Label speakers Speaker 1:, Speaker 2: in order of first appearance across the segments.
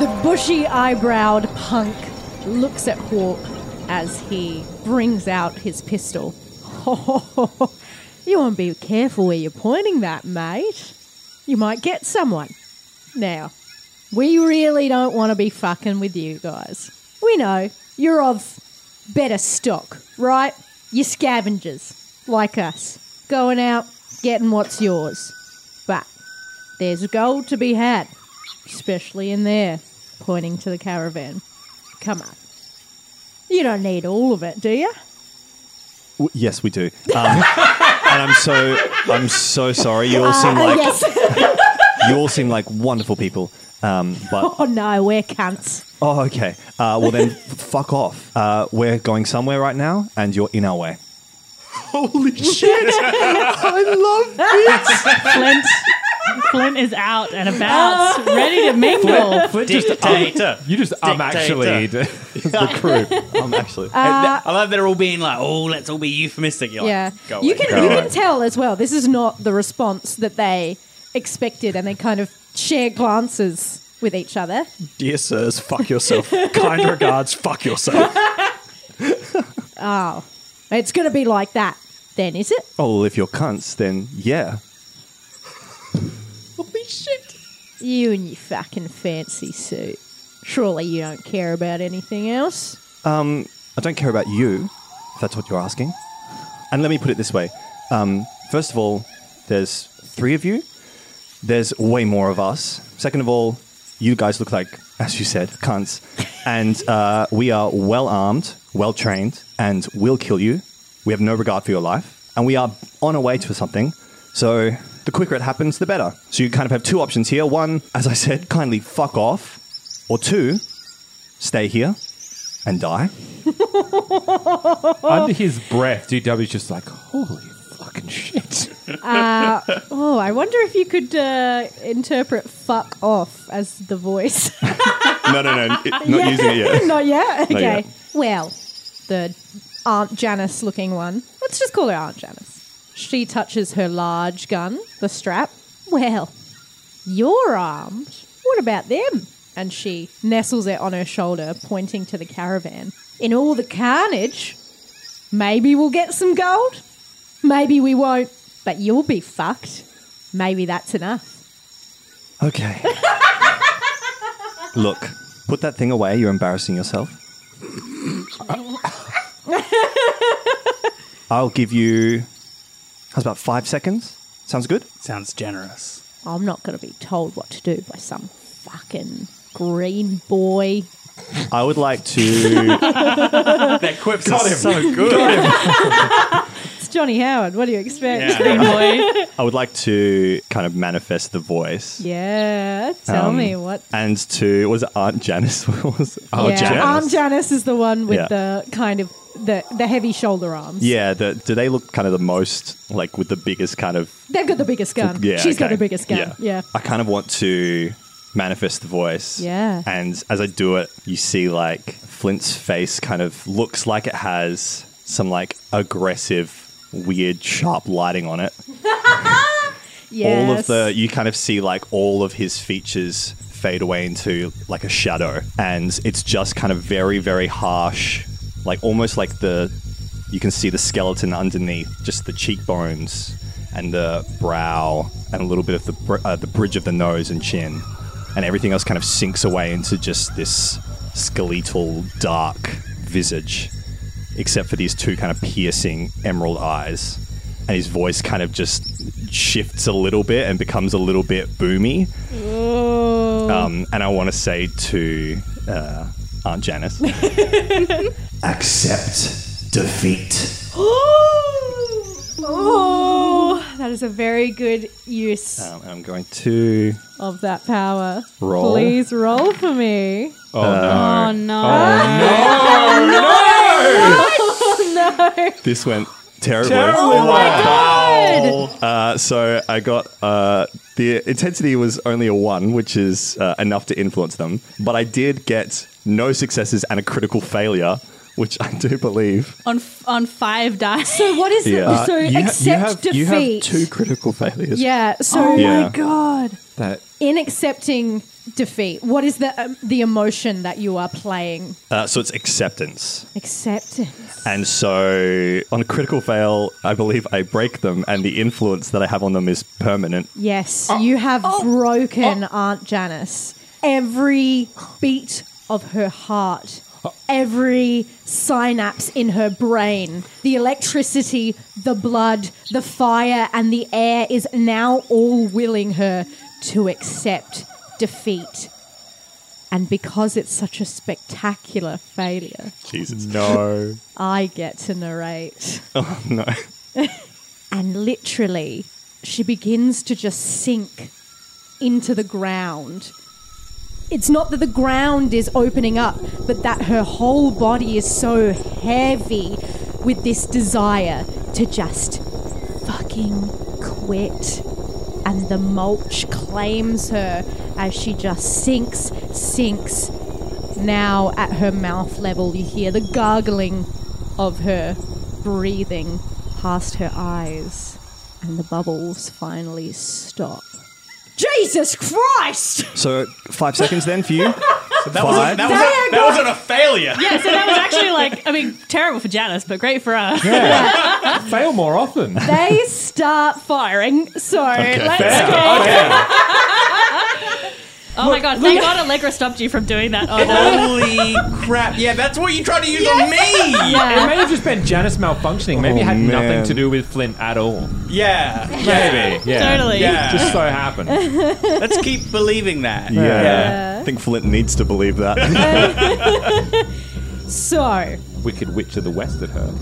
Speaker 1: The bushy eyebrowed punk looks at Hawk as he brings out his pistol. you want to be careful where you're pointing that, mate. You might get someone. Now, we really don't want to be fucking with you guys. We know you're of better stock, right? You're scavengers, like us, going out, getting what's yours. But there's gold to be had especially in there, pointing to the caravan. Come on. You don't need all of it, do you?
Speaker 2: W- yes, we do. Um, and I'm so I'm so sorry. You all seem
Speaker 1: Oh,
Speaker 2: like
Speaker 1: yes.
Speaker 2: you all seem like wonderful people. Um, but
Speaker 1: Oh, no, we're cunts.
Speaker 2: oh, okay. Uh, well then, f- fuck off. Uh, we're going somewhere right now, and you're in our way.
Speaker 3: Holy shit! I love
Speaker 4: Flint. Flint is out and about, ready to mingle.
Speaker 5: Flint just- um,
Speaker 3: Dictator.
Speaker 5: you just I'm actually the crew.
Speaker 2: Um,
Speaker 4: Uh,
Speaker 2: actually,
Speaker 3: I love they're all being like, oh, let's all be euphemistic. You're like,
Speaker 1: Yeah.
Speaker 3: go
Speaker 1: You
Speaker 3: away.
Speaker 1: can, you can tell as well, this is not the response that they expected, and they kind of share glances with each other.
Speaker 2: dear sirs, fuck yourself.
Speaker 5: Kind regards, fuck yourself.
Speaker 1: Oh, It's going to be like that, then, is it?
Speaker 2: oh, well, if you're cunts, then yeah.
Speaker 1: Holy shit. You and your fucking fancy suit. Surely you don't care about anything else.
Speaker 2: Um, I don't care about you, if that's what you're asking. And let me put it this way. Um, first of all, there's three of you. There's way more of us. Second of all, you guys look like, as you said, cunts. And uh, we are well armed, well trained, and we'll kill you. We have no regard for your life. And we are on our way to something. So the quicker it happens, the better. So you kind of have two options here. One, as I said, kindly fuck off. Or two, stay here and die. Oh.
Speaker 5: Under his breath, DW's E just like, holy fucking shit.
Speaker 1: Oh, I wonder if you could uh, interpret fuck off as the voice.
Speaker 2: No, no, no. it- not using it yet.
Speaker 1: Not yet? Okay.
Speaker 2: Not yet.
Speaker 1: Well, the Aunt Janice looking one. Let's just call her Aunt Janice. She touches her large gun, the strap. Well, you're armed. What about them? And she nestles it on her shoulder, pointing to the caravan. In all the carnage, maybe we'll get some gold. Maybe we won't. But you'll be fucked. Maybe that's enough.
Speaker 2: Okay. Look, put that thing away. You're embarrassing yourself. I'll give you. How's about five seconds? Sounds good.
Speaker 3: Sounds generous.
Speaker 1: I'm not going to be told what to do by some fucking green boy
Speaker 2: I would like to.
Speaker 3: That quips are so good.
Speaker 1: It's Johnny Howard. What do you expect?
Speaker 3: Yeah.
Speaker 4: boy.
Speaker 2: I would like to kind of manifest the voice. Um,
Speaker 1: Yeah. Tell me what.
Speaker 2: And to was it Aunt Janice? What was it?
Speaker 5: Oh,
Speaker 1: yeah.
Speaker 5: Janice.
Speaker 1: Arm Janice is the one with
Speaker 2: Yeah.
Speaker 1: the kind of the, the heavy shoulder arms.
Speaker 2: Yeah, the, do they look kind of the most like with the biggest kind of
Speaker 1: They've got the biggest gun.
Speaker 2: yeah?
Speaker 1: She's got
Speaker 2: okay.
Speaker 1: the biggest gun. Yeah.
Speaker 2: I kind of want to manifest the voice.
Speaker 1: Yeah.
Speaker 2: and as I do it, you see like Flint's face kind of looks like it has some like aggressive, weird, sharp lighting on it. All of
Speaker 1: Yes.
Speaker 2: the you kind of see like all of his features fade away into like a shadow, and it's just kind of very, very harsh, like almost like the you can see the skeleton underneath, just the cheekbones and the brow, and a little bit of the br- uh, the bridge of the nose and chin, and everything else kind of sinks away into just this skeletal, dark visage, except for these two kind of piercing emerald eyes. And his voice kind of just shifts a little bit and becomes a little bit boomy.
Speaker 1: Oh.
Speaker 2: Um, and I want to say to uh, Aunt Janice accept defeat.
Speaker 1: oh, that is a very good use
Speaker 2: Um, and I'm going to.
Speaker 1: of that power.
Speaker 2: Roll.
Speaker 1: Please roll for me.
Speaker 5: Oh, no.
Speaker 2: uh,
Speaker 4: Oh no.
Speaker 2: This went terribly.
Speaker 5: Terribly
Speaker 2: Uh, so I got uh, the intensity was only a one, which is uh, enough to influence them. But I did get no successes and a critical failure, which I do believe.
Speaker 4: On f- on five dice.
Speaker 1: So what is it?
Speaker 2: Yeah.
Speaker 1: So
Speaker 5: Uh, you ha-
Speaker 1: accept
Speaker 5: you have,
Speaker 1: defeat.
Speaker 5: You have two critical failures.
Speaker 1: yeah. So
Speaker 6: Oh
Speaker 2: my Yeah.
Speaker 1: god.
Speaker 5: That
Speaker 1: In accepting defeat, what is the um, the emotion that you are playing?
Speaker 2: Uh, so it's acceptance,
Speaker 1: Acceptance.
Speaker 2: and so on a critical fail, I believe I break them, and the influence that I have on them is permanent.
Speaker 1: Yes, you have broken Aunt Janice. Every beat of her heart, every synapse in her brain, the electricity, the blood, the fire, and the air is now all willing her to accept defeat. And because it's such a spectacular failure,
Speaker 2: Jesus, no,
Speaker 1: I get to narrate
Speaker 2: Oh, no.
Speaker 1: and literally she begins to just sink into the ground. It's not that the ground is opening up, but that her whole body is so heavy with this desire to just fucking quit. And the mulch claims her as she just sinks, sinks. Now at her mouth level, you hear the gargling of her breathing past her eyes, and the bubbles finally stop. Jesus Christ!
Speaker 2: So five seconds then for you.
Speaker 3: That wasn't, that, was a, that wasn't a failure.
Speaker 4: Yeah, so that was actually like I mean, terrible for Janice, but great for us.
Speaker 5: fail more often.
Speaker 1: They start firing, so let's go.
Speaker 5: okay.
Speaker 4: Oh my god, thank god Allegra stopped you from doing that. Oh no.
Speaker 3: Holy crap. Yeah, that's what you tried to use on me.
Speaker 5: It may have just been Janice malfunctioning. Maybe it had
Speaker 2: man.
Speaker 5: nothing to do with Flint at all.
Speaker 3: Yeah.
Speaker 5: Maybe. Yeah.
Speaker 4: Totally.
Speaker 3: Yeah.
Speaker 5: Just so happened.
Speaker 3: Let's keep believing that.
Speaker 2: Yeah. I think Flint needs to believe that.
Speaker 1: So,
Speaker 5: Wicked Witch of the West at her.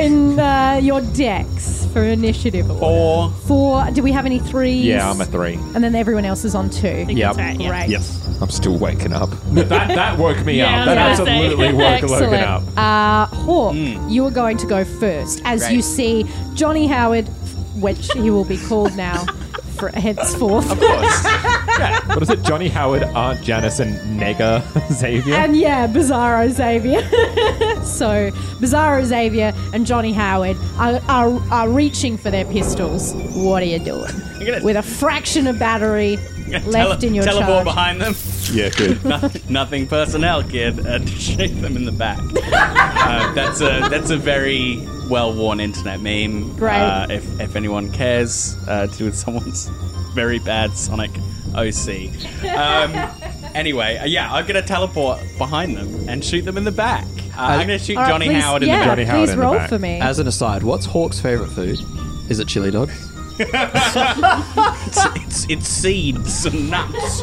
Speaker 1: in uh, your decks for initiative order.
Speaker 3: Or
Speaker 1: Four. Do we have any threes?
Speaker 5: Yeah, I'm a three.
Speaker 1: And then everyone else is on two.
Speaker 4: I think that's
Speaker 5: Yep.
Speaker 4: right, yeah.
Speaker 1: Great.
Speaker 2: yes.
Speaker 5: I'm still waking up. that, that woke me
Speaker 4: Yeah, I
Speaker 5: up. That
Speaker 4: was gonna say. Hmm.
Speaker 5: absolutely woke Logan
Speaker 1: Excellent.
Speaker 5: up.
Speaker 1: Uh, Hawk, you are going to go first as
Speaker 3: Great.
Speaker 1: you see Johnny Howard, which he will be called now for henceforth.
Speaker 5: What is it? Johnny Howard, Aunt Janice, and Nega Xavier?
Speaker 1: And yeah, Bizarro Xavier. so Bizarro Xavier and Johnny Howard are, are, are reaching for their pistols. What are you doing?
Speaker 3: gonna-
Speaker 1: With a fraction of battery left
Speaker 3: tele-
Speaker 1: in your charge.
Speaker 3: teleport behind them.
Speaker 2: Yeah, good.
Speaker 3: Nothing personnel, kid, and shake them in the back. uh, that's a that's a very well worn internet meme.
Speaker 1: Great.
Speaker 3: Uh, if if anyone cares uh, to do with someone's very bad Sonic OC. Um, anyway, uh, yeah, I'm gonna teleport behind them and shoot them in the back. Uh, I'm gonna shoot
Speaker 1: All right,
Speaker 3: Johnny
Speaker 1: please-
Speaker 3: Howard in
Speaker 1: yeah,
Speaker 3: the back.
Speaker 5: Johnny Howard
Speaker 1: please
Speaker 5: in the
Speaker 1: roll
Speaker 5: back.
Speaker 1: for me.
Speaker 6: As an aside, what's Hawk's favourite food? Is it chili dog?
Speaker 3: It's, it's, it's seeds and nuts.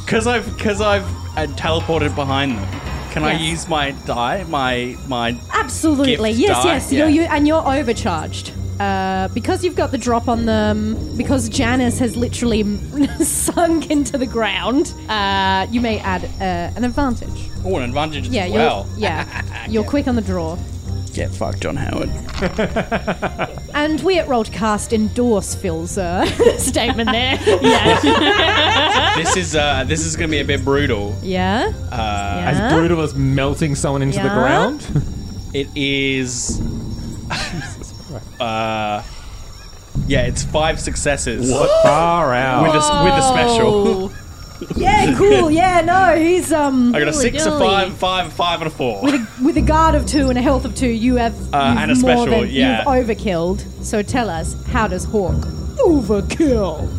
Speaker 3: Because Uh, I've because I've and teleported behind them. Can I
Speaker 1: Yes.
Speaker 3: use my die? My my.
Speaker 1: Absolutely.
Speaker 3: Gift
Speaker 1: yes,
Speaker 3: die,
Speaker 1: yes.
Speaker 3: yeah.
Speaker 1: You're, you and you're overcharged. Uh, because you've got the drop on them, because Janice has literally sunk into the ground, uh, you may add uh, an advantage.
Speaker 3: Oh, an advantage as
Speaker 1: Yeah, you're,
Speaker 3: well.
Speaker 1: yeah, you're quick on the draw.
Speaker 3: Get fucked, John Howard.
Speaker 1: And we at Rolled Cast endorse Phil's uh, statement there.
Speaker 3: this is uh, this is gonna be a bit brutal. Uh,
Speaker 1: yeah?
Speaker 5: As
Speaker 1: yeah.
Speaker 5: brutal as melting someone into the
Speaker 1: Yeah.
Speaker 5: ground.
Speaker 3: It is. uh, yeah, it's five successes
Speaker 5: Far out.
Speaker 3: with a s- with a special.
Speaker 1: Oh. yeah, cool. Yeah, no, he's um
Speaker 3: I got a
Speaker 4: Holy
Speaker 3: six, a
Speaker 4: dooly.
Speaker 3: five, five, a five, and a four.
Speaker 1: with a guard of two and a health of two. You have
Speaker 3: Uh,
Speaker 1: you've
Speaker 3: and a
Speaker 1: more
Speaker 3: special,
Speaker 1: than-
Speaker 3: yeah.
Speaker 1: You've overkilled. So tell us, how does Hawk overkill?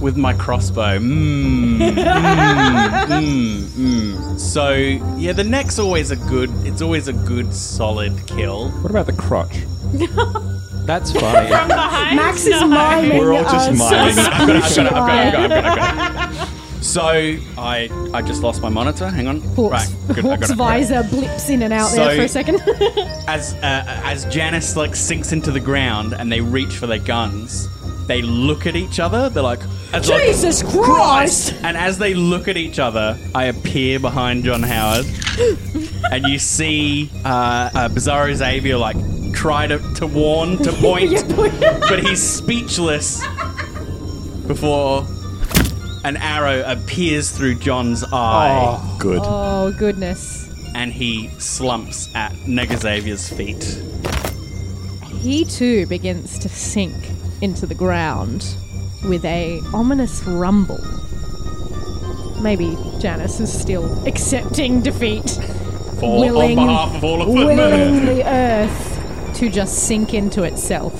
Speaker 3: with my crossbow. Mmm. Mmm. Mmm. Mm. So yeah, the neck's always a good. It's always a good solid kill.
Speaker 5: What about the crotch?
Speaker 6: That's funny.
Speaker 1: Max is miming.
Speaker 2: We're all just
Speaker 1: us.
Speaker 2: miming.
Speaker 3: I've got it, I've got it, I've got it, I've got it, I've got it, I've got it, I've got it. So I I just lost my monitor. Hang on.
Speaker 1: Hawk's,
Speaker 3: Right. Good. I
Speaker 1: Hawk's
Speaker 3: got it. I got it.
Speaker 1: visor blips in and out there
Speaker 3: So-
Speaker 1: for a second.
Speaker 3: As uh, as Janice like sinks into the ground and they reach for their guns, they look at each other. They're like, as like-
Speaker 1: Jesus Christ!
Speaker 3: And as they look at each other, I appear behind John Howard, and you see uh, uh, Bizarro Xavier like try to, to warn, to point, but he's speechless before an arrow appears through John's eye,
Speaker 2: Good.
Speaker 1: Oh goodness.
Speaker 3: and he slumps at Nega Xavier's feet.
Speaker 1: He too begins to sink into the ground with a ominous rumble. Maybe Janice is still accepting defeat.
Speaker 3: For,
Speaker 1: Willing-
Speaker 3: on behalf of all of Footmen.
Speaker 1: willing the earth to just sink into itself.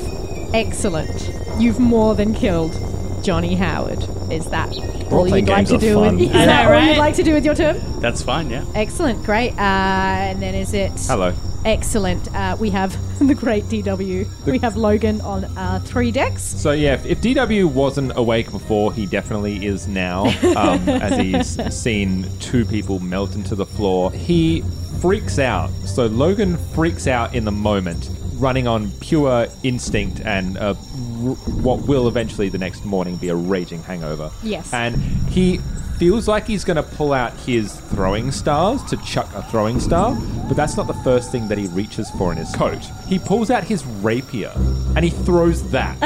Speaker 1: Excellent. You've more than killed Johnny Howard. Is that all
Speaker 2: playing
Speaker 1: you'd like
Speaker 2: games
Speaker 1: to
Speaker 2: are
Speaker 1: do
Speaker 2: fun.
Speaker 1: with? Is
Speaker 2: I
Speaker 1: that
Speaker 4: know,
Speaker 1: all you'd
Speaker 4: right?
Speaker 1: like to do with your turn?
Speaker 3: That's fine, yeah.
Speaker 1: Excellent, great. Uh, and then is it?
Speaker 5: Hello.
Speaker 1: Excellent. Uh, we have the great DW. We have Logan on uh, three decks.
Speaker 5: So yeah, if, if DW wasn't awake before, he definitely is now, um, as he's seen two people melt into the floor. He freaks out. So Logan freaks out in the moment, running on pure instinct and uh, r- what will eventually the next morning be a raging hangover.
Speaker 1: Yes.
Speaker 5: And he feels like he's going to pull out his throwing stars to chuck a throwing star, but that's not the first thing that he reaches for in his coat. He pulls out his rapier and he throws that.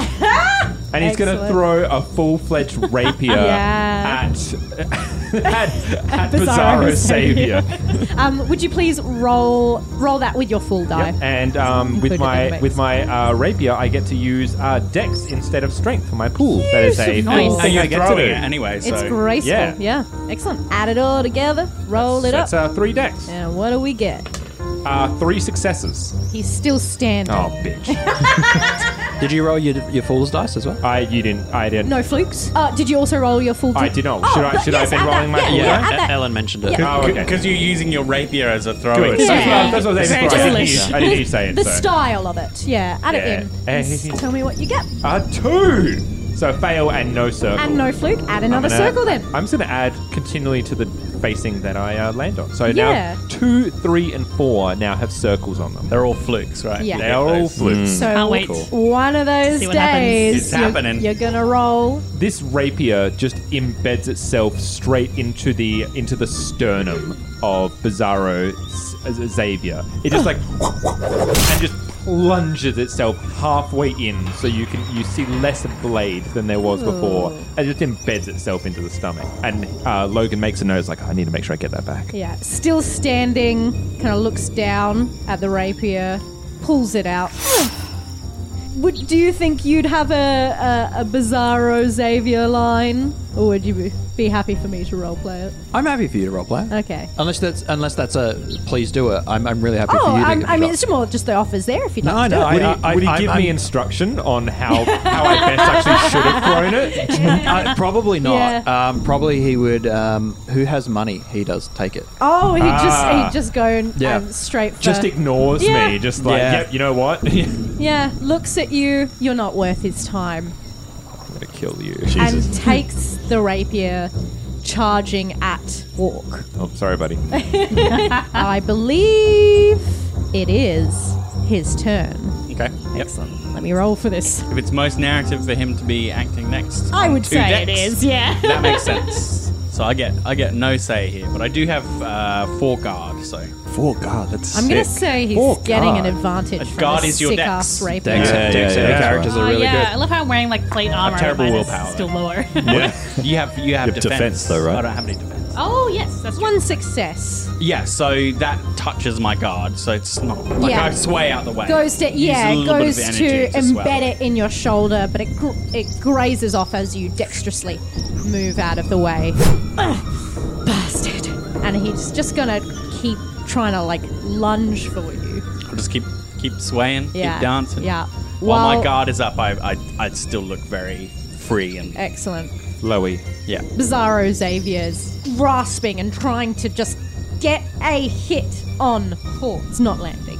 Speaker 5: And he's going to
Speaker 1: Excellent.
Speaker 5: throw a full fledged rapier
Speaker 1: Yeah.
Speaker 5: at, at, at
Speaker 1: Bizarro
Speaker 5: Bizarro Savior.
Speaker 1: Um, would you please roll roll that with your full die?
Speaker 5: And um,
Speaker 1: Included in
Speaker 5: with
Speaker 1: the
Speaker 5: my
Speaker 1: mix.
Speaker 5: with my uh, rapier, I get to use uh, Dex instead of Strength for my pool. that is a
Speaker 1: Nice.
Speaker 5: full
Speaker 1: And
Speaker 3: And
Speaker 5: thing
Speaker 3: you're
Speaker 5: I get to
Speaker 3: throwing
Speaker 5: do.
Speaker 3: it anyway, so.
Speaker 1: It's graceful.
Speaker 5: yeah.
Speaker 1: Yeah. Excellent. Add it all together. Roll it up.
Speaker 5: That's uh, three Dex.
Speaker 1: and what do we get?
Speaker 5: Uh, three successes.
Speaker 1: He's still standing.
Speaker 5: Oh, bitch!
Speaker 6: Did you roll your, your fool's dice as well?
Speaker 5: I you didn't. I didn't.
Speaker 1: No flukes. Uh, did you also roll your full die?
Speaker 5: I did not. Should I-
Speaker 1: but uh,
Speaker 5: should I have been
Speaker 1: add that.
Speaker 5: rolling my
Speaker 1: yeah,
Speaker 5: full
Speaker 1: yeah,
Speaker 5: die?
Speaker 1: add that.
Speaker 6: Ellen mentioned it.
Speaker 5: Oh, okay.
Speaker 3: Because you're using your rapier as a throwing.
Speaker 5: Good. That's what-
Speaker 1: Yeah.
Speaker 5: That's what I was aiming for. I didn't
Speaker 4: English.
Speaker 5: need- I didn't need to say it.
Speaker 1: The
Speaker 5: so.
Speaker 1: style of it. Yeah. Add
Speaker 5: Yeah. Eh,
Speaker 1: it in. Just
Speaker 5: Hey.
Speaker 1: Tell me what you get.
Speaker 5: Uh, two. So fail and no circle.
Speaker 1: And no fluke. Add
Speaker 5: I'm
Speaker 1: another
Speaker 5: gonna-
Speaker 1: circle then.
Speaker 5: I'm just going to add continually to the facing that I uh, land on. So
Speaker 1: Yeah.
Speaker 5: now two, three, and four now have circles on them.
Speaker 3: They're all flukes, right?
Speaker 1: Yeah. Mm.
Speaker 3: You
Speaker 5: They
Speaker 3: get
Speaker 5: are all
Speaker 3: those.
Speaker 5: flukes.
Speaker 1: So
Speaker 4: Can't wait.
Speaker 1: one of those
Speaker 4: See what happens.
Speaker 1: days,
Speaker 3: It's
Speaker 1: you're,
Speaker 3: happening.
Speaker 1: you're gonna roll.
Speaker 5: This rapier just embeds itself straight into the into the sternum of Bizarro Z- Z- Xavier. It just like and just plunges itself halfway in, so you can you see less of blade than there was before. And it just embeds itself into the stomach. And uh, Logan makes a nose like, I need to make sure I get that back.
Speaker 1: Yeah, still standing, kind of looks down at the rapier, pulls it out. Would do you think you'd have a, a, a Bizarro Xavier line, or would you be- be happy for me to roleplay it?
Speaker 6: I'm happy for you to roleplay.
Speaker 1: Okay.
Speaker 6: Unless that's unless that's a please do it. I'm, I'm really happy
Speaker 1: Oh,
Speaker 6: for you to.
Speaker 1: I'm,
Speaker 6: give it
Speaker 1: I
Speaker 6: a
Speaker 1: mean,
Speaker 6: shot.
Speaker 1: it's more just the offers there if you'd
Speaker 6: no,
Speaker 1: like to
Speaker 6: no.
Speaker 1: do it.
Speaker 6: I,
Speaker 5: Would he,
Speaker 6: I,
Speaker 5: would he
Speaker 6: I'm-
Speaker 5: give
Speaker 6: I'm-
Speaker 5: me instruction on how, how I best actually should have thrown it?
Speaker 6: Uh, probably not.
Speaker 1: Yeah.
Speaker 6: Um, probably he would. Um, who has money? He does take it.
Speaker 1: Oh, he'd
Speaker 6: uh,
Speaker 5: Ah.
Speaker 1: just he'd just go and,
Speaker 6: Yeah.
Speaker 1: um, straight for
Speaker 5: Just ignores
Speaker 1: Yeah.
Speaker 5: me. Just like,
Speaker 6: Yeah.
Speaker 5: yep, you know what? I'm
Speaker 1: yeah. Looks at you. You're not worth his time.
Speaker 5: going to kill you.
Speaker 1: and takes the rapier, charging at Walk.
Speaker 5: Oh, sorry, buddy.
Speaker 1: I believe it is his turn.
Speaker 3: Okay. Yep.
Speaker 1: Excellent. Let me roll for this.
Speaker 3: If it's most narrative for him to be acting next,
Speaker 1: I
Speaker 3: on
Speaker 1: would
Speaker 3: two
Speaker 1: say it
Speaker 3: decks,
Speaker 1: is, yeah.
Speaker 3: that makes sense. So I get I get no say here, but I do have uh, four guard. So
Speaker 2: Four guard. That's
Speaker 1: I'm going to
Speaker 2: sick.
Speaker 1: say he's
Speaker 2: Four
Speaker 1: getting
Speaker 2: guard.
Speaker 1: an advantage. from
Speaker 3: guard
Speaker 1: this
Speaker 3: is your
Speaker 1: sick
Speaker 3: dex.
Speaker 1: ass rapier. Oh,
Speaker 6: Dex,
Speaker 5: Yeah,
Speaker 6: Dex,
Speaker 5: yeah,
Speaker 6: their
Speaker 5: yeah.
Speaker 6: characters
Speaker 5: That's
Speaker 6: are really
Speaker 4: Oh, yeah, I
Speaker 6: good.
Speaker 4: love how I'm wearing like plate armor.
Speaker 3: terrible
Speaker 4: and mine is
Speaker 3: willpower.
Speaker 4: Still lower.
Speaker 3: you have you have
Speaker 2: You have
Speaker 3: defense.
Speaker 2: defense, though, right?
Speaker 3: I don't have any defense.
Speaker 4: oh yes, that's one.
Speaker 1: One success.
Speaker 3: Yeah, so that touches my guard, so it's not like
Speaker 1: Yeah.
Speaker 3: I sway out the way.
Speaker 1: Goes to
Speaker 3: Use a
Speaker 1: yeah,
Speaker 3: little bit of
Speaker 1: goes
Speaker 3: energy
Speaker 1: to
Speaker 3: as
Speaker 1: embed
Speaker 3: well.
Speaker 1: it in your shoulder, but it gr- it grazes off as you dexterously move out of the way. Ugh, bastard! And he's just gonna keep trying to like lunge for you.
Speaker 3: I'll just keep keep swaying,
Speaker 1: Yeah,
Speaker 3: keep dancing.
Speaker 1: yeah.
Speaker 3: While
Speaker 1: Well-
Speaker 3: my guard is up, I I I still look very free and
Speaker 1: Excellent.
Speaker 5: Lowy.
Speaker 3: yeah.
Speaker 1: Bizarro Xavier's grasping and trying to just get a hit on Hawk. It's not landing.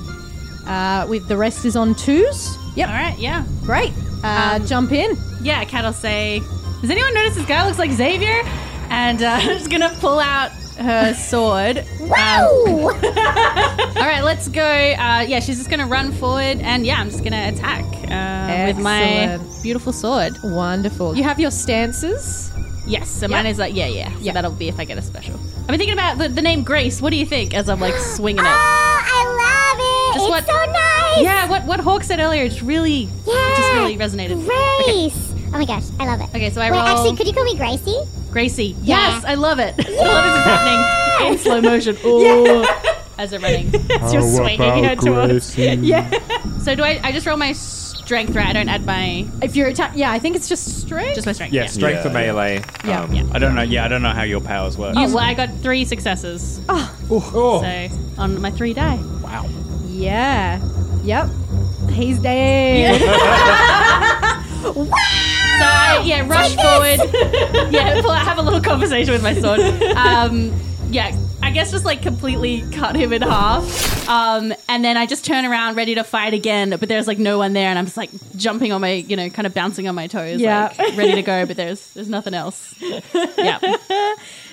Speaker 1: Uh, with the rest is on twos. Yep.
Speaker 4: All right, yeah, Um,
Speaker 1: Great. Uh, jump in.
Speaker 4: yeah. Cat'll say, "Does anyone notice this guy looks like Xavier?" And uh, I'm just gonna pull out her sword. Uh,
Speaker 1: Wow!
Speaker 4: All right, let's go. Uh, yeah, she's just gonna run forward, and yeah, I'm just gonna attack
Speaker 1: Um,
Speaker 4: uh, with my
Speaker 1: Excellent.
Speaker 4: beautiful sword.
Speaker 1: Wonderful. You have your stances.
Speaker 4: Yes, so mine is like yeah, yeah. So
Speaker 1: Yeah.
Speaker 4: that'll be if I get a special. I've been thinking about the, the name Grace. What do you think? As I'm like swinging it.
Speaker 7: Ah, I love it.
Speaker 4: Just
Speaker 7: it's
Speaker 4: what-
Speaker 7: so nice.
Speaker 4: Yeah, what what Hawk said earlier just really
Speaker 7: Yeah.
Speaker 4: just really resonated.
Speaker 7: Grace. Oh my gosh, I love it.
Speaker 4: Okay, so I
Speaker 7: Wait,
Speaker 4: roll.
Speaker 7: actually, could you call me Gracie?
Speaker 4: Gracie.
Speaker 7: Yeah.
Speaker 4: Yes, I love it. I love this is happening in slow motion. Ooh. As they're running. As
Speaker 5: Oh,
Speaker 4: you're swinging her towards. Yeah. So do I I just roll my strength, right? I don't add my
Speaker 1: If you're attack, yeah, I think it's just straight.
Speaker 4: just my strength.
Speaker 5: Yeah, strength
Speaker 2: Yeah,
Speaker 5: for melee.
Speaker 1: yeah.
Speaker 3: I don't know. Yeah, I don't know how your powers work.
Speaker 4: Oh, well, I got three successes. So on my three die.
Speaker 3: wow.
Speaker 1: yeah. Yep. He's dead.
Speaker 4: So I, yeah, rush forward. yeah, pull out, have a little conversation with my sword. Um, yeah, I guess just like completely cut him in half. Um, and then I just turn around ready to fight again, but there's like no one there, and I'm just like jumping on my, you know, kind of bouncing on my toes,
Speaker 1: Yeah.
Speaker 4: like ready to go, but there's there's nothing else. Yeah.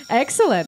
Speaker 1: Excellent.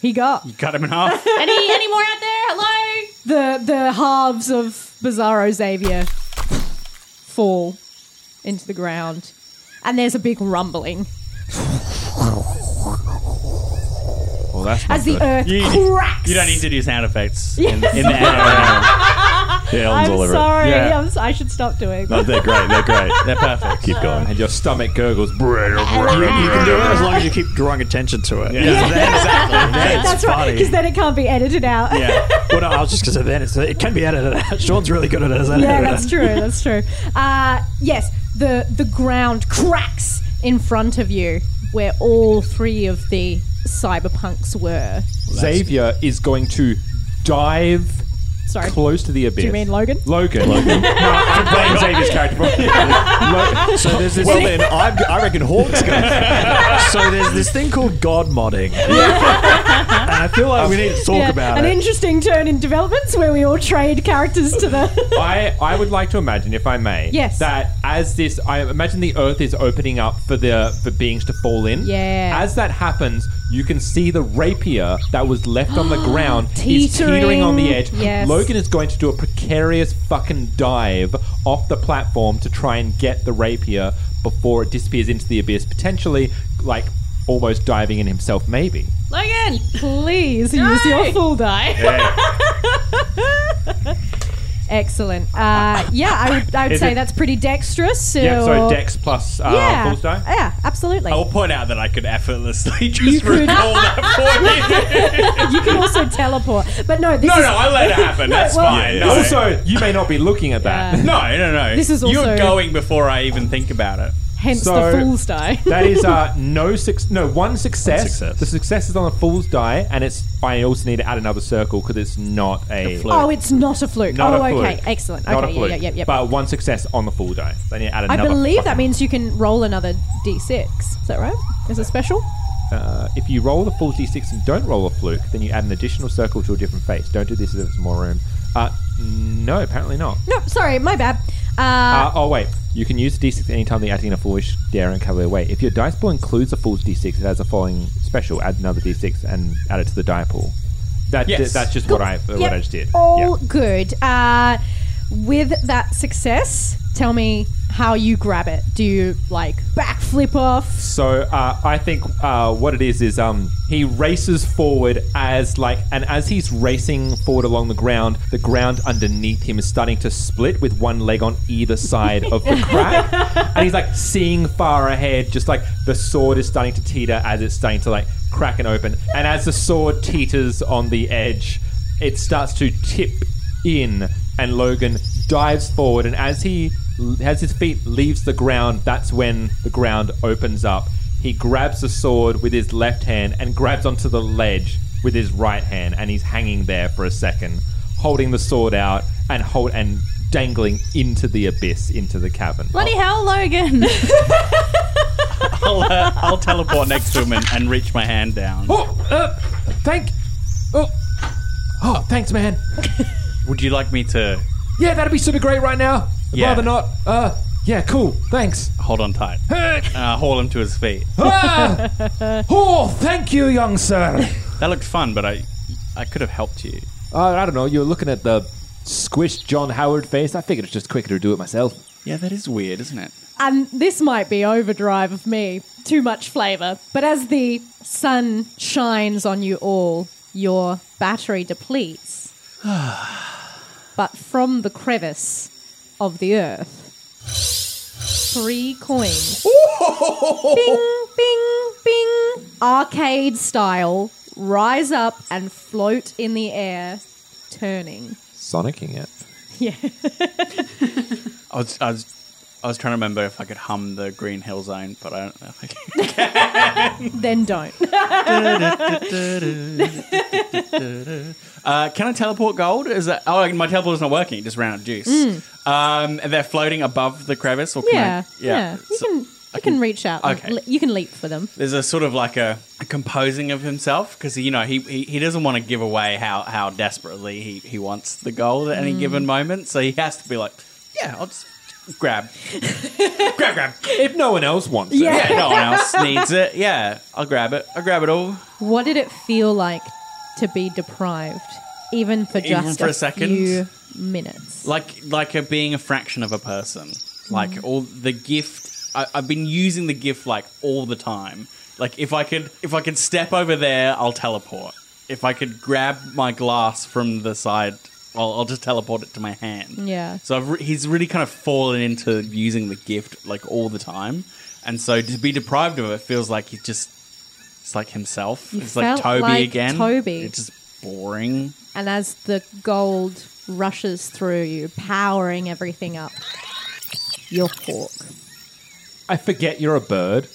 Speaker 1: He got
Speaker 3: You cut him in half.
Speaker 4: any any more out there? Hello?
Speaker 1: the the halves of Bizarro Xavier fall into the ground, and there's a big rumbling
Speaker 5: Well, that's
Speaker 1: as the earth
Speaker 3: You,
Speaker 1: cracks.
Speaker 3: you don't need to do sound effects in, in the anime.
Speaker 2: Yeah, Ellen's
Speaker 1: I'm
Speaker 2: all over
Speaker 1: sorry.
Speaker 3: Yeah.
Speaker 1: I'm s- i should stop doing.
Speaker 2: it. No,
Speaker 1: that.
Speaker 2: they're great. They're great.
Speaker 3: They're perfect.
Speaker 2: Keep going.
Speaker 5: and your stomach gurgles.
Speaker 6: You can do it as long as you keep drawing attention to it.
Speaker 3: Yeah, exactly.
Speaker 1: That's right, because then it can't be edited out. Yeah,
Speaker 6: Well, no, I was just going to say then it's, it can be edited out. Sean's really good at it as an editor.
Speaker 1: that's true. That's true. Uh, yes, the the ground cracks in front of you where all three of the cyberpunks were.
Speaker 5: Xavier is going to dive
Speaker 1: Sorry.
Speaker 5: close to the abyss.
Speaker 1: Do you mean Logan?
Speaker 5: Logan. Logan. no, I'm playing Xavier's character.
Speaker 6: So there's this.
Speaker 2: Well, then I'm, I reckon Hawk's going.
Speaker 6: so there's this thing called God modding. And I feel like we need to talk
Speaker 1: Yeah,
Speaker 6: about
Speaker 1: an
Speaker 6: it.
Speaker 1: interesting turn in developments where we all trade characters to the.
Speaker 5: I, I would like to imagine, if I may,
Speaker 1: Yes.
Speaker 5: that as this, I imagine the Earth is opening up for the for beings to fall in.
Speaker 1: Yeah.
Speaker 5: As that happens, you can see the rapier that was left on the ground is teetering
Speaker 1: Teetering.
Speaker 5: on the edge.
Speaker 1: Yes.
Speaker 5: Logan is going to do a precarious fucking dive off the platform to try and get the rapier before it disappears into the abyss, potentially like almost diving in himself, maybe.
Speaker 4: Logan,
Speaker 1: Please use
Speaker 4: No!
Speaker 1: your full die. Excellent. Uh, yeah, I would, I would
Speaker 5: Is
Speaker 1: say
Speaker 5: it-
Speaker 1: that's pretty dexterous. So
Speaker 5: Yeah, so Dex plus uh, Oh,
Speaker 1: Yeah,
Speaker 5: Bull's die?
Speaker 1: yeah, absolutely.
Speaker 3: I will point out that I could effortlessly
Speaker 1: You
Speaker 3: just
Speaker 1: could-
Speaker 3: recall that for you.
Speaker 1: you can also teleport, but no, this
Speaker 3: No,
Speaker 1: is,
Speaker 3: no, I let it happen. That's
Speaker 1: well-
Speaker 3: fine. No.
Speaker 5: Also, you may not be looking at that.
Speaker 3: no, no, no.
Speaker 1: This is also-
Speaker 3: You're going before I even think about it.
Speaker 1: hence
Speaker 5: So-
Speaker 1: the fool's die.
Speaker 5: That is uh, no six, no one success.
Speaker 6: One success.
Speaker 5: The success is on a fool's die, and it's. I also need to add another circle because it's not a.
Speaker 6: A fluke.
Speaker 1: oh, it's not a fluke.
Speaker 5: Not
Speaker 1: oh,
Speaker 5: a fluke.
Speaker 1: okay, excellent.
Speaker 5: Not
Speaker 1: okay,
Speaker 5: a fluke.
Speaker 1: yeah, yeah, yeah. yeah.
Speaker 5: But one success on the fool die. Then you add
Speaker 1: I
Speaker 5: another.
Speaker 1: believe that
Speaker 5: fucking-
Speaker 1: means you can roll another d6. Is that right? Is it special?
Speaker 5: uh, if you roll the full d6 and don't roll a fluke, then you add an additional circle to a different face. Don't do this if there's more room. Uh, no, apparently not.
Speaker 1: No, sorry, my bad. Uh,
Speaker 5: Uh, oh wait, you can use d6 anytime they're acting in a foolish, daring, cavalier way. If your dice pool includes a fool's d6, it has a following special: add another d6 and add it to the die pool. That,
Speaker 3: Yes.
Speaker 5: that's just what I
Speaker 1: Yep,
Speaker 5: what I just did.
Speaker 1: All
Speaker 5: Yeah.
Speaker 1: good. Uh, with that success, tell me how you grab it. Do you like backflip off?
Speaker 5: So uh, I think uh, what it is is um, he races forward as like, and as he's racing forward along the ground, the ground underneath him is starting to split with one leg on either side of the crack, and he's like seeing far ahead, just like the sword is starting to teeter as it's starting to like crack and open, and as the sword teeters on the edge, it starts to tip in, and Logan dives forward, and as he as his feet leaves the ground, that's when the ground opens up. He grabs the sword with his left hand and grabs onto the ledge with his right hand, and he's hanging there for a second, holding the sword out and hold and dangling into the abyss, into the cavern.
Speaker 4: bloody hell, Logan.
Speaker 3: I'll, uh, I'll teleport next to him and, and reach my hand down.
Speaker 5: Oh, uh, thank. Oh, oh, thanks, man.
Speaker 3: Would you like me to
Speaker 5: Yeah, that'd be super great right now. I'd
Speaker 3: Yeah.
Speaker 5: Rather not. Uh, yeah, cool. Thanks.
Speaker 3: hold on tight? And I haul him to his feet.
Speaker 5: Ah! oh, thank you, young sir.
Speaker 3: That looked fun, but I I could have helped you.
Speaker 5: Uh, I don't know. You're looking at the squished John Howard face. I figured it's just quicker to do it myself.
Speaker 3: Yeah, that is weird, isn't it?
Speaker 1: And this might be overdrive of me, too much flavor. But as the sun shines on you all, your battery depletes. but from the crevice of the earth, three coins. bing, bing, bing. Arcade style, rise up and float in the air, turning.
Speaker 5: Sonicking it.
Speaker 3: I was I was I was trying to remember if I could hum the Green Hill Zone, but I don't know if I can.
Speaker 1: Then don't.
Speaker 3: Uh, can I teleport gold? Is that oh my teleport's not working? It just ran out of juice.
Speaker 5: Mm.
Speaker 3: Um, and they're floating above the crevice, or can
Speaker 1: Yeah,
Speaker 3: I,
Speaker 1: yeah. You
Speaker 3: So
Speaker 1: can you can reach out. and
Speaker 3: okay.
Speaker 1: le- you can leap for them.
Speaker 3: there's a sort of like a, a composing of himself because you know he, he he doesn't want to give away how how desperately he he wants the gold at any
Speaker 5: Mm.
Speaker 3: given moment, so he has to be like, yeah, I'll just grab, grab, grab.
Speaker 5: If no one else wants it.
Speaker 3: Yeah, no one else needs it. Yeah, I'll grab it. I'll grab it all.
Speaker 1: What did it feel like to be deprived, even for
Speaker 3: Even
Speaker 1: just
Speaker 3: for a second?
Speaker 1: few minutes?
Speaker 3: like like a being a fraction of a person
Speaker 1: Mm.
Speaker 3: like all the gift I, i've been using the gift like all the time like if i could if i could step over there i'll teleport if i could grab my glass from the side i'll, I'll just teleport it to my hand
Speaker 1: Yeah.
Speaker 3: so I've re- he's really kind of fallen into using the gift like all the time and so to be deprived of it feels like he's just it's like himself it's like
Speaker 1: felt
Speaker 3: toby
Speaker 1: like
Speaker 3: again
Speaker 1: Toby.
Speaker 3: it's just boring
Speaker 1: And as the gold rushes through you, powering everything up, your hawk.
Speaker 5: I forget you're a bird.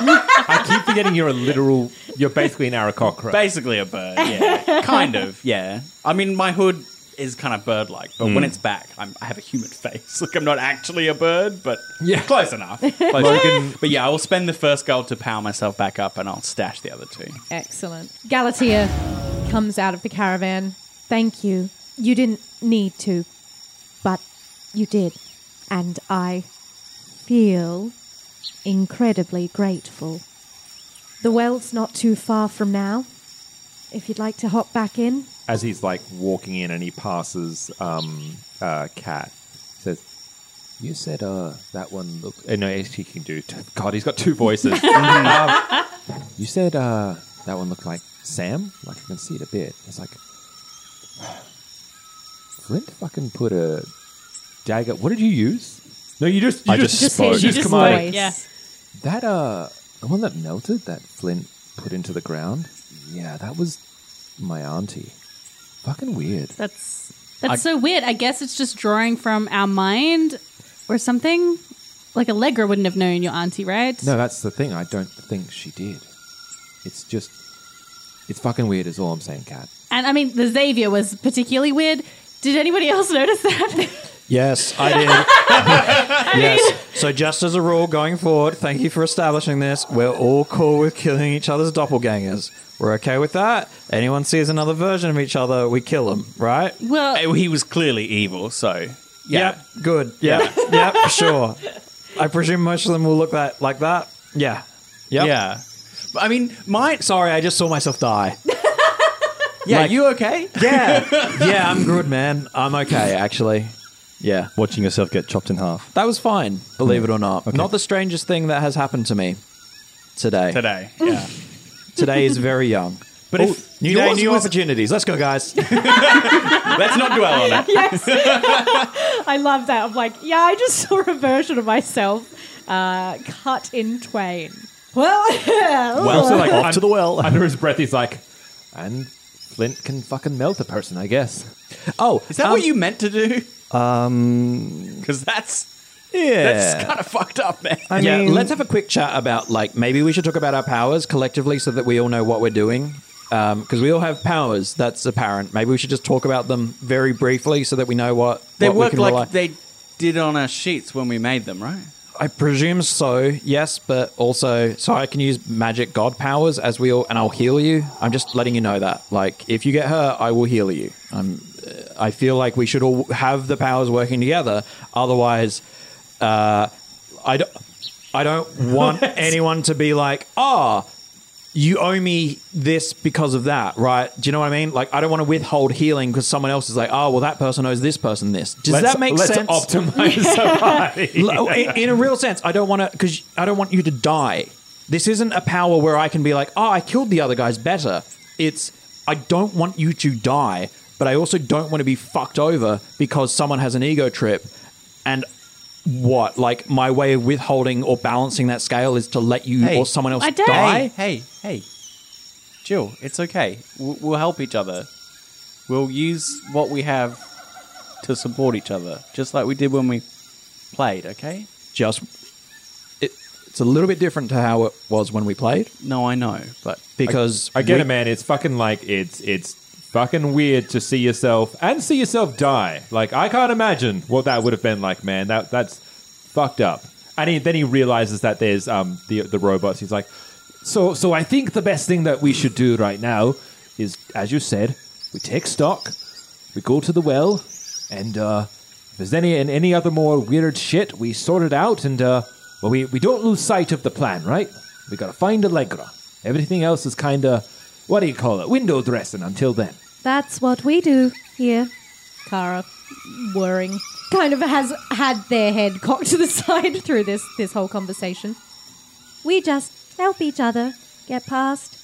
Speaker 5: I keep forgetting you're a literal. You're basically an aracocra.
Speaker 3: Basically a bird, yeah. kind of, yeah. I mean, my hood is kind of bird like, but
Speaker 5: Mm.
Speaker 3: when it's back, I'm, I have a human face. Like I'm not actually a bird, but yeah, close enough.
Speaker 5: Logan-
Speaker 3: But yeah, I will spend the first gold to power myself back up, and I'll stash the other two.
Speaker 1: Excellent. Galatea comes out of the caravan. Thank you. You didn't need to, but you did. And I feel incredibly grateful. The well's not too far from now. If you'd like to hop back in,
Speaker 5: As he's like walking in and he passes um, uh, Cat, says, "You said uh, that one look. Uh, no, he can do. God, he's got two voices. Um, you said uh, that one looked like Sam. Like I can see it a bit. It's like
Speaker 8: Flint fucking put a dagger. What did you use? No, you just.
Speaker 5: you I just just- spoke. just- you just
Speaker 8: commanded.
Speaker 5: spoke, yeah.
Speaker 8: That uh, the one that melted, that Flint put into the ground. Yeah, that was my auntie. Fucking weird.
Speaker 4: That's that's
Speaker 8: I-
Speaker 4: so weird. I guess it's just drawing from our mind or something. Like Allegra wouldn't have known your auntie, right?
Speaker 8: No, that's the thing. I don't think she did. It's just, it's fucking weird. Is all I'm saying, Cat.
Speaker 4: And I mean, the Xavier was particularly weird. Did anybody else notice that?
Speaker 6: Yes, I did. yes. So, just as a rule going forward, thank you for establishing this. We're all cool with killing each other's doppelgangers. We're okay with that. Anyone sees another version of each other, we kill them, right?
Speaker 3: Well, Oh, he was clearly evil, so yeah.
Speaker 6: Yep, good. Yep, yep, for sure. I presume most of them will look that like that. Yeah. Yep.
Speaker 3: Yeah. I mean, my.
Speaker 6: Sorry, I just saw myself die.
Speaker 3: Yeah,
Speaker 6: Like-
Speaker 3: you okay?
Speaker 6: Yeah. yeah, I'm good, man. I'm okay, actually. Yeah.
Speaker 2: Watching yourself get chopped in half.
Speaker 6: That was fine, believe it or not. Not the strangest thing that has happened to me today.
Speaker 3: Today, yeah.
Speaker 6: today is very young.
Speaker 3: But
Speaker 6: Oh,
Speaker 3: if
Speaker 6: new
Speaker 3: yours
Speaker 6: day, new
Speaker 3: was-
Speaker 6: opportunities. Let's go, guys.
Speaker 3: Let's not dwell on it.
Speaker 1: Yes. I love that. I'm like, yeah, I just saw a version of myself uh, cut in twain. Well,
Speaker 2: Well, so, like, Off
Speaker 5: to the well. Under his breath, he's like,
Speaker 8: and Flint can fucking melt a person, I guess.
Speaker 6: Oh,
Speaker 3: is that what you meant to do?
Speaker 6: Um,
Speaker 3: Because that's
Speaker 6: yeah,
Speaker 3: that's kind of fucked up, man.
Speaker 6: I yeah, let's have a quick chat about like maybe we should talk about our powers collectively so that we all know what we're doing. Because we all have powers, that's apparent. Maybe we should just talk about them very briefly so that we know what
Speaker 3: They
Speaker 6: what we
Speaker 3: work
Speaker 6: can
Speaker 3: like
Speaker 6: rely-
Speaker 3: they did on our sheets when we made them, right?
Speaker 6: I presume so, yes, but also, so I can use magic god powers as we all, and I'll heal you. I'm just letting you know that. Like, if you get hurt, I will heal you. I'm, uh, I feel like we should all have the powers working together. Otherwise, uh, I don't, I don't want anyone to be like, ah, you owe me this because of that, right? Do you know what I mean? Like, I don't want to withhold healing because someone else is like, oh, well, that person owes this person this. Does
Speaker 5: Let's-
Speaker 6: that make
Speaker 5: let's
Speaker 6: sense?
Speaker 5: optimize somebody.
Speaker 6: L- oh, in, in a real sense, I don't want to because I don't want you to die. This isn't a power where I can be like, oh, I killed the other guys better. It's I don't want you to die, but I also don't want to be fucked over because someone has an ego trip, and what like my way of withholding or balancing that scale is to let you or someone else die.
Speaker 3: Hey, hey, hey. Jill, it's okay. We'll, we'll help each other. We'll use what we have to support each other, just like we did when we played. Okay?
Speaker 6: Just it, it's a little bit different to how it was when we played.
Speaker 3: No, I know, but
Speaker 6: because
Speaker 5: I, I get
Speaker 6: we-
Speaker 5: it, man. It's fucking like it's it's fucking weird to see yourself and see yourself die. Like I can't imagine what that would have been like, man. That that's fucked up. And he, then he realizes that there's um the the robots. He's like, so so I think the best thing that we should do right now is, as you said, we take stock, we go to the well, and uh, if there's any and any other more weird shit, we sort it out. And uh, well, we we don't lose sight of the plan, right? We gotta find Allegra. Everything else is kind of what do you call it? Window dressing until then.
Speaker 1: That's what we do here. Kara, whirring, kind of has had their head cocked to the side through this this whole conversation.
Speaker 9: We just help each other get past.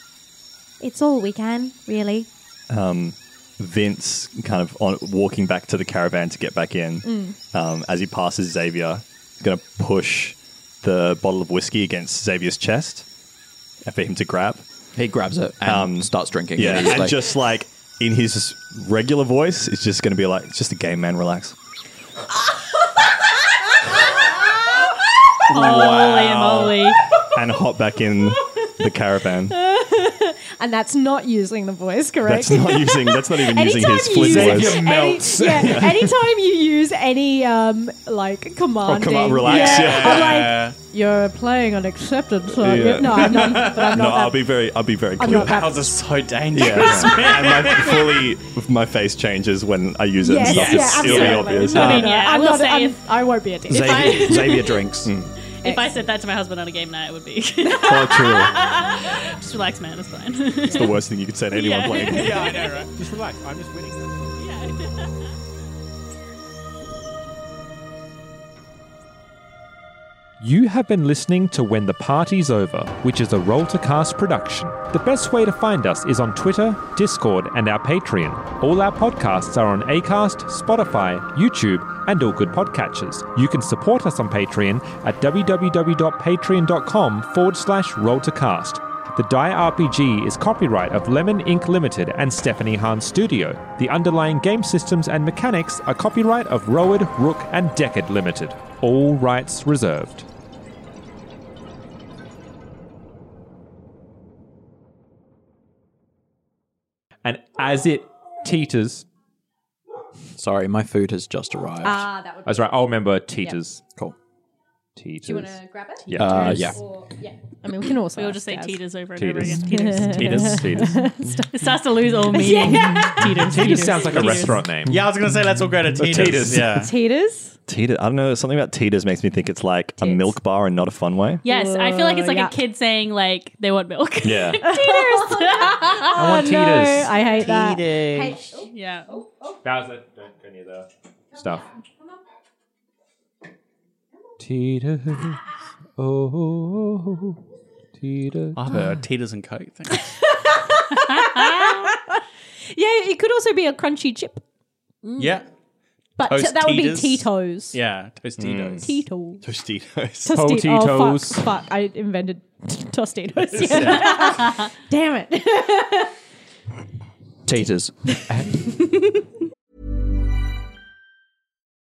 Speaker 9: It's all we can, really.
Speaker 2: Um, Vince kind of on walking back to the caravan to get back in.
Speaker 9: Mm.
Speaker 2: Um, as he passes Xavier, he's going to push the bottle of whiskey against Xavier's chest and for him to grab.
Speaker 6: He grabs it and starts drinking.
Speaker 2: Yeah,
Speaker 6: And
Speaker 2: and,
Speaker 6: he's like-
Speaker 2: just like in his regular voice, it's just going to be like, it's just a gay man, relax.
Speaker 4: Holy moly.
Speaker 2: And hop back in the caravan.
Speaker 1: and that's not using the voice, correct?
Speaker 2: That's not using. That's not even using
Speaker 1: Anytime
Speaker 2: his
Speaker 1: you
Speaker 2: flint
Speaker 1: use-
Speaker 2: voice.
Speaker 1: any- yeah, anytime you use any um like command,
Speaker 2: Oh, relax, yeah.
Speaker 1: I'm like you're playing an acceptance. aren't you?"
Speaker 2: Yeah.
Speaker 1: No, I'm not. But I'm
Speaker 2: no,
Speaker 1: not.
Speaker 2: I'll be very, I'll be very
Speaker 1: I'm
Speaker 2: clear.
Speaker 1: not that-
Speaker 3: Powers are so dangerous.
Speaker 2: Yeah, and
Speaker 3: man.
Speaker 2: my fully, my face changes when I use it.
Speaker 1: Yes,
Speaker 2: and
Speaker 1: yeah,
Speaker 2: stuff. It's- It'll be
Speaker 1: absolutely.
Speaker 2: obvious.
Speaker 1: I
Speaker 4: mean, yeah, I
Speaker 1: I'm
Speaker 4: will
Speaker 1: not.
Speaker 4: say
Speaker 1: I'm,
Speaker 4: if-
Speaker 1: I won't be a teacher.
Speaker 4: Xavier- Xavier
Speaker 6: drinks.
Speaker 2: Mm.
Speaker 4: If I said that to my husband on a game night, it would be.
Speaker 2: Quite true.
Speaker 4: Just relax, man. It's fine.
Speaker 2: It's the worst thing you could say to anyone playing.
Speaker 10: yeah, I know, right? Just relax. I'm just winning.
Speaker 5: You have been listening to When the Party's Over, which is a Roll to Cast production. The best way to find us is on Twitter, Discord, and our Patreon. All our podcasts are on Acast, Spotify, YouTube, and all good podcatchers. You can support us on Patreon at www.patreon.com forward slash roll to cast. The Die RPG is copyright of Lemon Inc. Limited and Stephanie Hahn Studio. The underlying game systems and mechanics are copyright of Rowan, Rook, and Deckard Limited. All rights reserved. And as it teeters.
Speaker 6: Sorry, my food has just arrived.
Speaker 4: Ah, that would
Speaker 5: That's right. I'll remember teeters.
Speaker 6: Cool.
Speaker 5: Teeters.
Speaker 4: Do you want to grab it?
Speaker 5: Yeah. Uh, yeah.
Speaker 4: Or- yeah.
Speaker 1: I mean, we can also
Speaker 4: We all
Speaker 1: ask
Speaker 4: just say
Speaker 1: Gaz.
Speaker 4: Teeters over and over
Speaker 5: Teeters.
Speaker 4: again.
Speaker 5: Teeters. Teeters. Teeters.
Speaker 4: It starts to lose all meaning. Teeters.
Speaker 5: Teeters sounds like a
Speaker 3: Teeters.
Speaker 5: restaurant name.
Speaker 3: Yeah, I was gonna say let's all go to Teeters. Yeah.
Speaker 1: Teeters.
Speaker 2: Teeter. I don't know. Something about teeters makes me think it's like a milk bar and not a fun way.
Speaker 4: Yes, I feel like it's like
Speaker 1: Yeah.
Speaker 4: a kid saying like they want milk.
Speaker 2: Yeah.
Speaker 4: Teeters.
Speaker 5: I want
Speaker 1: no,
Speaker 5: Teeters.
Speaker 1: I hate that.
Speaker 4: yeah.
Speaker 5: Bowser, don't go near the stuff. Teeters. Oh, Teeters.
Speaker 3: I have a Teeters and Coke thing.
Speaker 1: Yeah, it could also be a crunchy chip,
Speaker 3: yeah.
Speaker 1: but t-
Speaker 3: Toast
Speaker 1: that would be
Speaker 3: Teeters. Mm.
Speaker 1: Tito's.
Speaker 3: Yeah. Tostitos.
Speaker 1: Tito.
Speaker 3: Tostitos.
Speaker 1: Tosti- Oh,
Speaker 5: Tostitos.
Speaker 1: fuck, fuck. I invented Tostitos. yeah. Damn it.
Speaker 6: Taters.